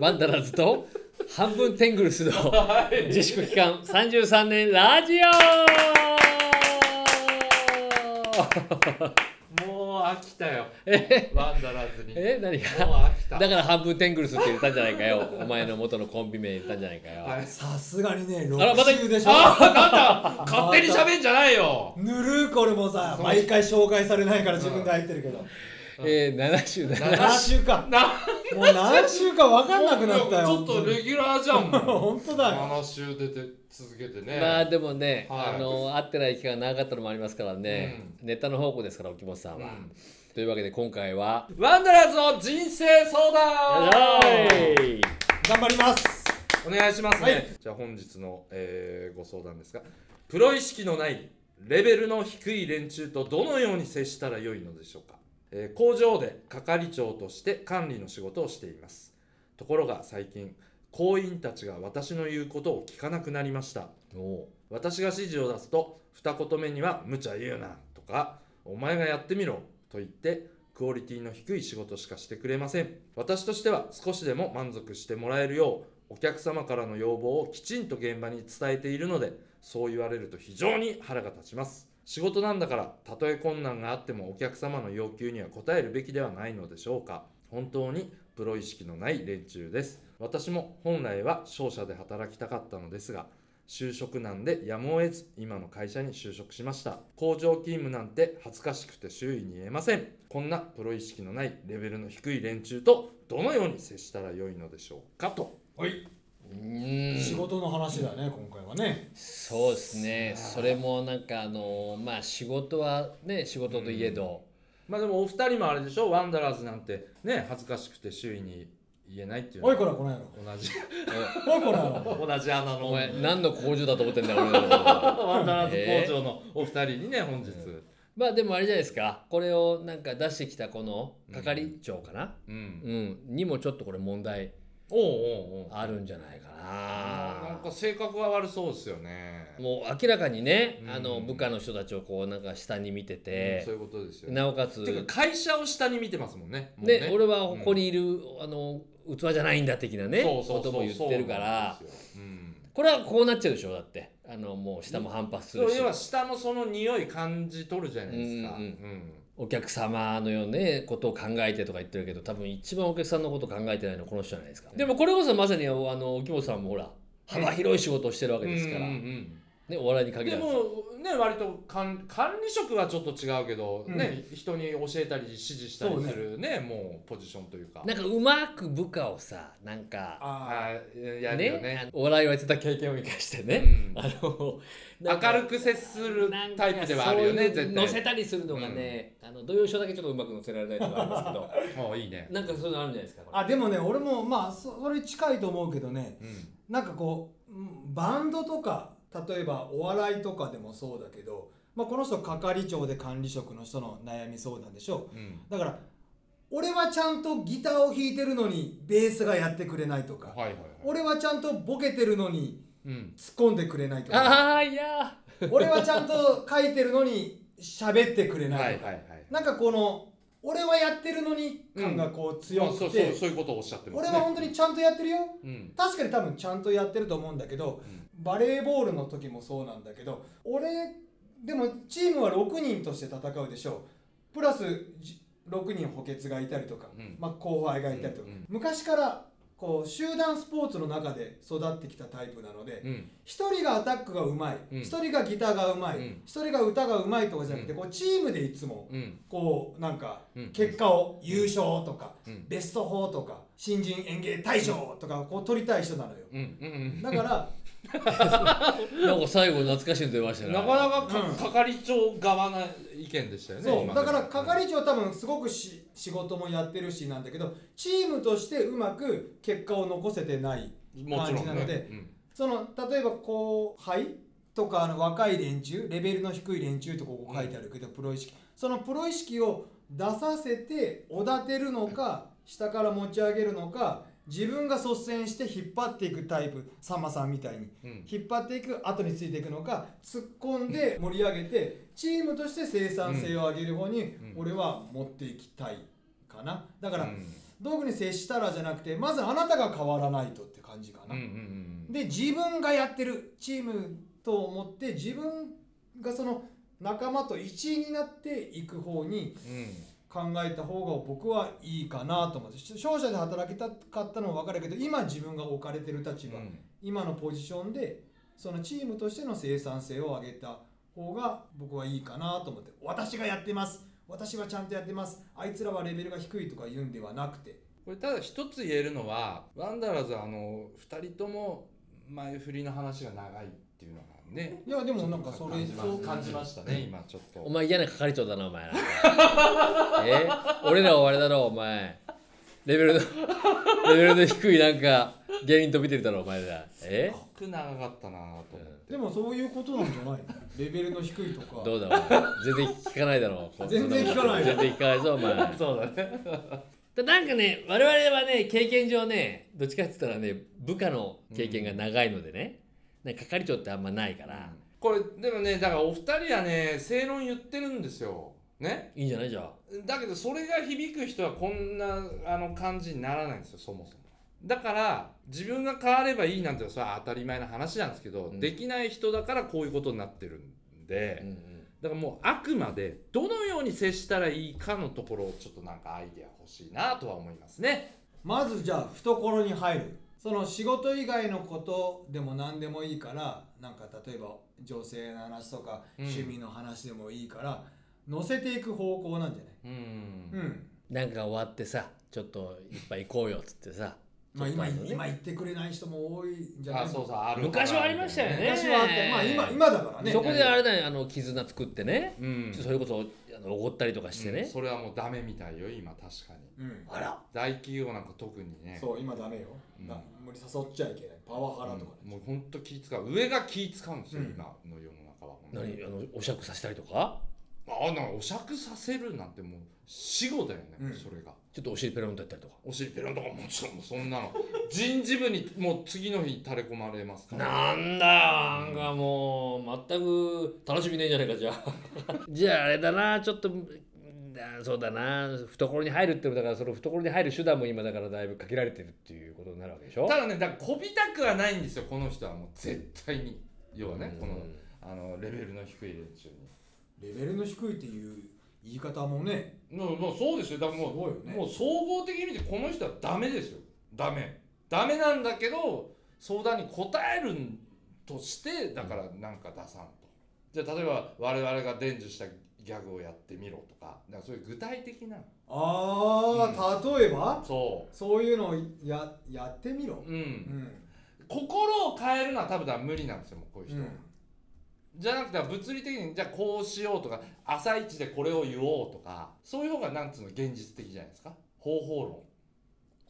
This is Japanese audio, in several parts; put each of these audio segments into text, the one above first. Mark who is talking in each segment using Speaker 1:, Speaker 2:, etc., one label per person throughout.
Speaker 1: ワンダラーズと半分テングルスの自粛期間33年ラジオ
Speaker 2: もう飽きたよ
Speaker 1: え
Speaker 2: ワンダラーズに
Speaker 1: え何
Speaker 2: もう
Speaker 1: が
Speaker 2: 飽きた
Speaker 1: だから半分テングルスって言ったんじゃないかよお前の元のコンビ名言ったんじゃないかよ、
Speaker 2: はい
Speaker 3: さすがにね
Speaker 1: らまた
Speaker 3: 6週でしょ
Speaker 2: ああなんだ勝手に喋んじゃないよ
Speaker 3: ぬるーこれもさ毎回紹介されないから自分で入ってるけど
Speaker 1: えー、77
Speaker 3: 7週か
Speaker 2: な
Speaker 3: もう何週か分かんなくなったよ
Speaker 2: ちょっとレギュラーじゃんもう
Speaker 3: 本当だよ
Speaker 2: 7週出て続けてね、
Speaker 1: まあでもね、
Speaker 2: はい
Speaker 1: あの会ってない期間が長かったのもありますからね、ネタの方向ですから沖本さんは、
Speaker 2: うん
Speaker 1: というわけで今回は
Speaker 2: ワンダラーズの人生相談
Speaker 3: 頑張ります
Speaker 2: お願いしますね、
Speaker 3: はい
Speaker 2: じゃあ本日の、えーご相談ですがプロ意識のないレベルの低い連中とどのように接したらよいのでしょうか、えー工場で係長として管理の仕事をしていますところが最近行員たちが私の言うことを聞かなくなりました
Speaker 1: お
Speaker 2: 私が指示を出すと二言目には「無茶言うな」とか「お前がやってみろ」と言ってクオリティの低い仕事しかしてくれません私としては少しでも満足してもらえるようお客様からの要望をきちんと現場に伝えているのでそう言われると非常に腹が立ちます仕事なんだからたとえ困難があってもお客様の要求には応えるべきではないのでしょうか本当にプロ意識のない連中です私も本来は商社で働きたかったのですが就職難でやむを得ず今の会社に就職しました工場勤務なんて恥ずかしくて周囲に言えませんこんなプロ意識のないレベルの低い連中とどのように接したらよいのでしょうかとはい
Speaker 1: うん
Speaker 3: 仕事の話だね今回はね
Speaker 1: そうですねそれもなんかあのまあ仕事はね仕事といえど、
Speaker 2: まあでもお二人もあれでしょワンダラーズなんてね恥ずかしくて周囲に言えないっていうの
Speaker 3: お
Speaker 2: はい
Speaker 3: こらこの野郎
Speaker 2: 同じ
Speaker 3: おいこの野郎
Speaker 2: 同じ穴の
Speaker 1: お前何の工場だと思ってんだよ俺 のこと
Speaker 2: ワンダラーズ工場のお二人にね本日、
Speaker 1: まあでもあれじゃないですかこれをなんか出してきたこの係長かな、
Speaker 2: うん
Speaker 1: うん、にもちょっとこれ問題
Speaker 2: おうおうおう
Speaker 1: あるんじゃないかな
Speaker 2: なんか性格が悪そうですよね
Speaker 1: もう明らかにね、
Speaker 2: うん
Speaker 1: あの部下の人たちをこうなんか下に見てて
Speaker 2: そう、いうことですよね
Speaker 1: なおかつ、
Speaker 2: ていうか会社を下に見てますもんね。もう
Speaker 1: ね俺はここにいる、あの器じゃないんだ的なね
Speaker 2: そうそう
Speaker 1: ことも言ってるから
Speaker 2: そうなんですようん
Speaker 1: これはこうなっちゃうでしょだってあのもう下も反発す
Speaker 2: そ
Speaker 1: る
Speaker 2: う
Speaker 1: し
Speaker 2: 要は下のその匂い感じ取るじゃないですか。
Speaker 1: うんうん
Speaker 2: うん
Speaker 1: お客様のようねことを考えてとか言ってるけど多分一番お客さんのこと考えてないのはこの人じゃないですか、でもこれこそまさにあの木本さんもほら幅広い仕事をしてるわけですから、
Speaker 2: うんうん
Speaker 1: ね、お笑いに
Speaker 2: うん
Speaker 1: 限
Speaker 2: で
Speaker 1: らず
Speaker 2: もね割と管管理職はちょっと違うけど、
Speaker 3: うん
Speaker 2: ね人に教えたり指示したり
Speaker 3: そうね
Speaker 2: するねもうポジションというか。
Speaker 1: なんかうまく部下をさなんか
Speaker 3: あ
Speaker 2: あーやるよね
Speaker 1: あのお笑いをやってた経験を生かしてね、
Speaker 2: うん
Speaker 1: あのなんか
Speaker 2: 明るく接するタイプではあるよ
Speaker 1: な
Speaker 2: ね
Speaker 1: んかそういう
Speaker 2: 絶
Speaker 1: 乗せ
Speaker 2: 対。
Speaker 1: たりするのがね、あの土曜書だけちょっとうまく乗せられないとかあるんです
Speaker 2: もういいね
Speaker 1: け。どなんかそういうのあるんじゃないですかこれ
Speaker 3: あでもね俺もまあそそれ近いと思うけどね
Speaker 2: うん
Speaker 3: なんかこううんバンドとか例えばお笑いとかでもそうだけど、まあ、この人係長で管理職の人の悩み相談でしょ
Speaker 2: うん
Speaker 3: だから俺はちゃんとギターを弾いてるのにベースがやってくれないとか、
Speaker 2: はいはいはい。
Speaker 3: 俺はちゃんとボケてるのに
Speaker 2: うん
Speaker 3: 突っ込んでくれない と
Speaker 1: あ
Speaker 3: か
Speaker 1: ーいや
Speaker 3: 俺はちゃんと書いてるのに喋ってくれ
Speaker 2: はい
Speaker 3: な
Speaker 2: はいい
Speaker 3: とか、
Speaker 2: はい。
Speaker 3: なんかこの俺はやってるのに感がこう強
Speaker 2: まあそう
Speaker 3: く
Speaker 2: そう
Speaker 3: て
Speaker 2: そういうことをおっしゃってます、
Speaker 3: 俺は本当にちゃんとやってるよ
Speaker 2: うん
Speaker 3: 確かに多分ちゃんとやってると思うんだけど、バレーボールの時もそうなんだけど俺でもチームは6人として戦うでしょうプラスじ6人補欠がいたりとか、
Speaker 2: うん
Speaker 3: まあ、後輩がいたりとか、
Speaker 2: うんうん
Speaker 3: 昔からこう集団スポーツの中で育ってきたタイプなので、
Speaker 2: うん
Speaker 3: 一人がアタックがうまい、
Speaker 2: うん
Speaker 3: 一人がギターがうまい、
Speaker 2: うん
Speaker 3: 一人が歌がうまいとかじゃなくて、
Speaker 2: う
Speaker 3: こうチームでいつも
Speaker 2: うん
Speaker 3: こうなんか
Speaker 2: うん
Speaker 3: 結果を優勝とか、
Speaker 2: うん
Speaker 3: ベスト4とか新人演芸大賞とかこう取りたい人なのよ
Speaker 2: うんうん
Speaker 3: だ から
Speaker 1: なんか最後懐かしいの出ましたね
Speaker 2: なかなかか
Speaker 3: うん
Speaker 2: 係長側の意見でしたよね
Speaker 3: そ
Speaker 2: 今
Speaker 3: う
Speaker 2: ね
Speaker 3: だから係長は多分すごくし仕事もやってるしなんだけどチームとしてうまく結果を残せてない
Speaker 2: もちろんね
Speaker 3: 感じなので
Speaker 2: うん
Speaker 3: その例えば後輩とかあの若い連中レベルの低い連中とここ書いてあるけど、プロ意識そのプロ意識を出させておだてるのか下から持ち上げるのか自分が率先して引っ張っていくタイプさんまさんみたいに
Speaker 2: うん
Speaker 3: 引っ張っていく後についていくのか突っ込んで盛り上げてチームとして生産性を上げる方に
Speaker 2: ん
Speaker 3: 俺は持っていきたいかなだから
Speaker 2: うん
Speaker 3: 道具に接したらじゃなくてまずあなたが変わらないとって感じか
Speaker 2: う
Speaker 3: な、
Speaker 2: んうん
Speaker 3: で自分がやってるチームと思って自分がその仲間と一員になっていく方に
Speaker 2: うんうん
Speaker 3: 考えた方が僕はいいかなと思って商社で働きたかったのも分かるけど今自分が置かれてる立場、
Speaker 2: うん
Speaker 3: 今のポジションでそのチームとしての生産性を上げた方が僕はいいかなと思って私がやってます私はちゃんとやってますあいつらはレベルが低いとか言うんではなくて
Speaker 2: これただ一つ言えるのはワンダーラーズはあの2人とも前振りの話が長いっていうのがね
Speaker 3: いやでもなんかそれ
Speaker 2: ちょっと
Speaker 3: そう
Speaker 2: 感じましたね今ちょっ
Speaker 1: お
Speaker 2: と
Speaker 1: 前嫌な係長だなお前ら え俺らはあれだろお前レベルの レベルの低いなんか芸人と見てるだろお前らえ
Speaker 2: すごく長かったなと思って
Speaker 3: でもそういうことなんじゃないのレベルの低いとか
Speaker 1: どうだお前全然聞かないだろこう
Speaker 3: 全然聞かない
Speaker 1: 全然聞かないぞお前
Speaker 2: そうだね
Speaker 1: でなんかね我々はね経験上ねどっちかって言ったらね部下の経験が長いのでね、なんか係長ってあんまないから、
Speaker 2: これでもねだからお二人はね正論言ってるんですよね
Speaker 1: いいんじゃないじゃあ
Speaker 2: だけどそれが響く人はこんなあの感じにならないんですよそもそもだから自分が変わればいいなんてそれは当たり前の話なんですけど、
Speaker 1: うん
Speaker 2: できない人だからこういうことになってるんで、
Speaker 1: うん
Speaker 2: だからもうあくまでどのように接したらいいかのところをちょっとなんかアイデア欲しいなとは思いますね。
Speaker 3: まずじゃあ懐に入るその仕事以外のことでも何でもいいからなんか例えば女性の話とか
Speaker 2: うん
Speaker 3: 趣味の話でもいいから乗せていく方向なんじゃない
Speaker 2: うん
Speaker 3: うん
Speaker 1: なんか終わってさちょっといっぱい行こうよっつってさ
Speaker 3: まあ今
Speaker 1: ちょっとね
Speaker 3: 今言ってくれない人も多いんじゃな
Speaker 2: あ
Speaker 3: い
Speaker 2: そうそうある
Speaker 1: 昔はありましたよね
Speaker 3: 昔はあってまあ今今だからね
Speaker 1: そこであれだよあの絆作ってね、
Speaker 2: うん
Speaker 1: それこそあのおごったりとかしてね、
Speaker 2: うんそれはもうダメみたいよ今確かに
Speaker 3: うん
Speaker 1: あら
Speaker 2: 大企業なんか特にね
Speaker 3: そう今ダメよ
Speaker 2: うん
Speaker 3: だ無理誘っちゃいけないパワハラとか
Speaker 2: うんもうほんと気使う上が気使うんですよ、
Speaker 3: うん
Speaker 2: 今の世の中はほんと
Speaker 1: 何あのお酌させたりとか
Speaker 2: あなんかお釈させるなんてもう死後だよね、
Speaker 3: うん
Speaker 2: それが
Speaker 1: ちょっとお尻ペロンとやったりとか
Speaker 2: お尻ペロンとかもちろんもうそんなの 人事部にもう次の日垂れ込まれますか
Speaker 1: なん
Speaker 2: ら
Speaker 1: だよなんかもう全く楽しみねえじゃねえかじゃあ じゃああれだなちょっとうんあそうだな懐に入るってことだからその懐に入る手段も今だからだいぶ限られてるっていうことになるわけでしょ
Speaker 2: ただねだからこびたくはないんですよこの人はもう絶対に要はね
Speaker 1: うん
Speaker 2: このあのレベルの低い連中に
Speaker 3: レベルの低いっていう言い方もね
Speaker 2: もうもうそうですよだからもう
Speaker 3: すごいよね
Speaker 2: もう総合的に見てこの人はダメですよダメダメなんだけど相談に答えるんとしてだからなんか出さんとじゃあ例えば我々が伝授したギャグをやってみろとかだからそういう具体的な
Speaker 3: ああ例えば
Speaker 2: そ
Speaker 3: そういうのをややってみろ
Speaker 2: うう
Speaker 3: うんん
Speaker 2: 心を変えるのは多分だから無理なんですよもうこういう
Speaker 3: う
Speaker 2: 人は、
Speaker 3: ん
Speaker 2: じゃなくて物理的にじゃあこうしようとか朝一でこれを言おうとかそういう方がなんつうの現実的じゃないですか方法論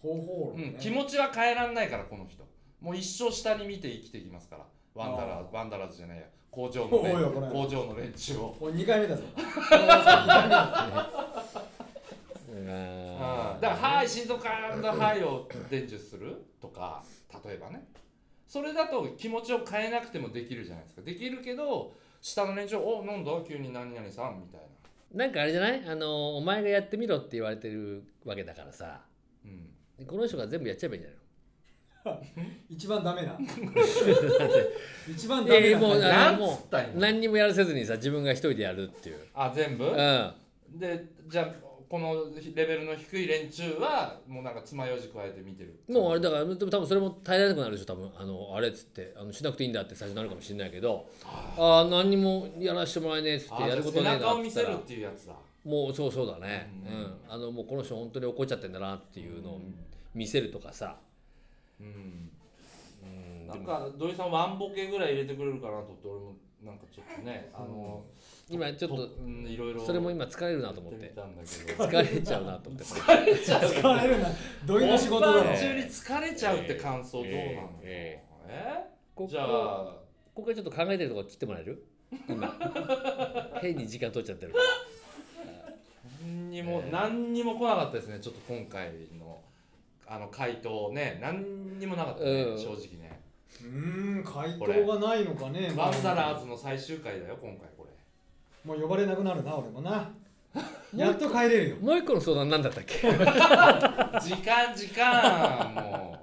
Speaker 3: 方法論
Speaker 2: う
Speaker 3: ね
Speaker 2: ん、気持ちは変えらんないからこの人もう一生下に見て生きていきますからワンダラ
Speaker 3: あ
Speaker 2: ー
Speaker 3: ー
Speaker 2: ワンダラーズじゃないや工場の、
Speaker 3: おいおいこ
Speaker 2: ね、
Speaker 3: れ
Speaker 2: 工場の連中を、
Speaker 3: お2回目だぞ
Speaker 2: うん、だ
Speaker 1: あ
Speaker 2: か
Speaker 1: ー
Speaker 2: ら「はい心臓からだはい」を伝授するとか例えばねそれだと気持ちを変えなくてもできるじゃないですかできるけど下の連中を「おなんだ急に何々さん」みたいな、
Speaker 1: なんかあれじゃないあのお前がやってみろって言われてるわけだからさ
Speaker 2: うん、
Speaker 1: この人が全部やっちゃえばいいんじゃないの
Speaker 3: 一番ダメな一番ダメ
Speaker 1: いや
Speaker 3: な、
Speaker 1: いやもうあ
Speaker 2: なん
Speaker 1: の
Speaker 2: つったんや
Speaker 1: 何にもやらせずにさ自分が一人でやるっていう、
Speaker 2: あ全部
Speaker 1: うん、
Speaker 2: でじゃあこのレベルの低い連中はもうなんか爪楊枝加えて見てる
Speaker 1: もうあれだからでも多分それも耐えられなくなるでしょ多分あのあれっつってあのしなくていいんだって最初になるかもしれないけどああ何にもやらしてもらえねえっつっ
Speaker 2: あ
Speaker 1: てやることねえ
Speaker 2: 背中
Speaker 1: な
Speaker 2: を
Speaker 1: っ
Speaker 2: 見
Speaker 1: つった
Speaker 2: せる
Speaker 1: ら
Speaker 2: っていうやつだ
Speaker 1: もうそうそうだね
Speaker 2: う
Speaker 1: うんん、あのもうこの人本当に怒っちゃってんだなっていうのを見せるとかさ
Speaker 2: うん
Speaker 1: うん
Speaker 2: な
Speaker 1: で
Speaker 2: ん
Speaker 1: も
Speaker 2: か土井さんワンボケぐらい入れてくれるかなと思って俺もなんかちょっとねあの
Speaker 1: 今ちょっと
Speaker 2: うんいろいろ
Speaker 1: それも今疲れるなと思っ
Speaker 2: やってみ
Speaker 1: て
Speaker 2: たんだけど
Speaker 1: 疲れちゃうなと思って
Speaker 3: 疲れるなどういう仕事だろ
Speaker 2: 本番
Speaker 3: う
Speaker 2: 中に疲れちゃうって感想どうなの
Speaker 1: え
Speaker 2: え
Speaker 1: えここ
Speaker 2: じゃあ
Speaker 1: ここからちょっと考えてるとこ切ってもらえる今変に時間取っちゃってるから
Speaker 2: 何にも何にも来なかったですねちょっと今回のあの回答ね何にもなかったね
Speaker 1: うん
Speaker 2: 正直ね
Speaker 3: うーん回答がないのかね
Speaker 2: ワンダラーズの最終回だよ今回これ
Speaker 3: もう呼ばれなくなるな俺もなやっと帰れるよ
Speaker 1: もう一個の相談なんだったっけい
Speaker 2: 時間時間も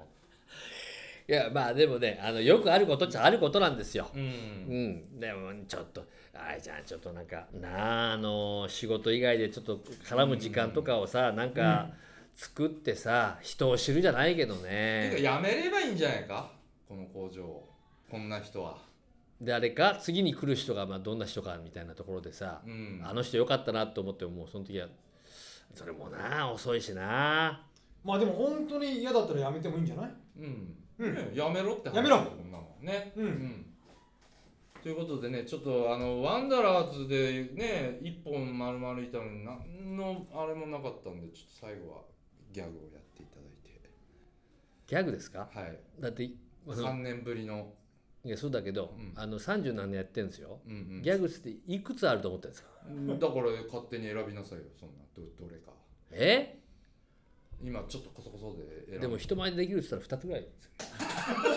Speaker 1: やまあでもねあのよくあることっちゃあることなんですよ
Speaker 2: う、う、
Speaker 1: うんん、でもちょっとあいじゃんちょっとなんかなああの仕事以外でちょっと絡む時間とかをさなんか作ってさ人を知るじゃないけど
Speaker 2: てか
Speaker 1: ね
Speaker 2: やめればいいんじゃないかこの工場をこんな人は
Speaker 1: 誰か次に来る人がまあどんな人かみたいなところでさ
Speaker 2: うん
Speaker 1: あの人良かったなと思ってももうその時はそれもな遅いしな
Speaker 3: まあでも本当に嫌だったらやめてもいいんじゃない
Speaker 2: うん、
Speaker 3: うん
Speaker 2: ねやめろって話
Speaker 3: やめろ
Speaker 2: だよこんなのね、
Speaker 3: うん
Speaker 2: ということでねちょっとあのワンダラーズでね一本丸々いたのに何のあれもなかったんでちょっと最後はギャグをやっていただいて
Speaker 1: ギャグですか
Speaker 2: はい
Speaker 1: だってあの
Speaker 2: 3年ぶりの、
Speaker 1: いやそうだけど、
Speaker 2: うん
Speaker 1: あの30何年やってるんですよ、
Speaker 2: うんうん、
Speaker 1: ギャグっていくつあると思ってるんですか
Speaker 2: だから勝手に選びなさいよそんなどどれか
Speaker 1: え
Speaker 2: 今ちょっとコソコソで選ぶ
Speaker 1: でも人前でできるって言ったら2つぐらいですよ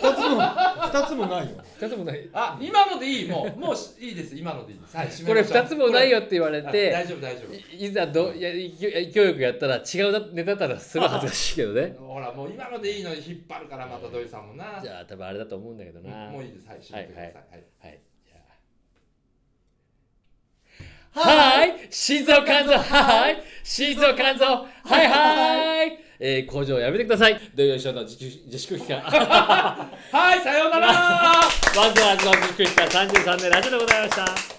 Speaker 3: 2つも2つもないよ
Speaker 1: 2つもない
Speaker 2: あ今のでいいもうもうしいいです今のでいいです、はい、
Speaker 1: これ2つもない
Speaker 2: よ
Speaker 1: よって言われて
Speaker 2: 大丈夫大丈夫
Speaker 1: いいざどいや勢い勢いよくやったら違うだネタだったらすごい恥ずかしいけどね
Speaker 2: ほらもう今のでいいのに引っ張るからまた土井さんもな
Speaker 1: じゃあ多分あれだと思うんだけどな
Speaker 2: もういいですはい閉めてください、はい
Speaker 1: はいじゃあはい心臓肝臓はい心臓肝臓はいはいえー、工場をやめてください土曜ショーの自粛自粛期 間
Speaker 2: はい、さようなら
Speaker 1: ワンダーズの自粛期間33年ラジオでございました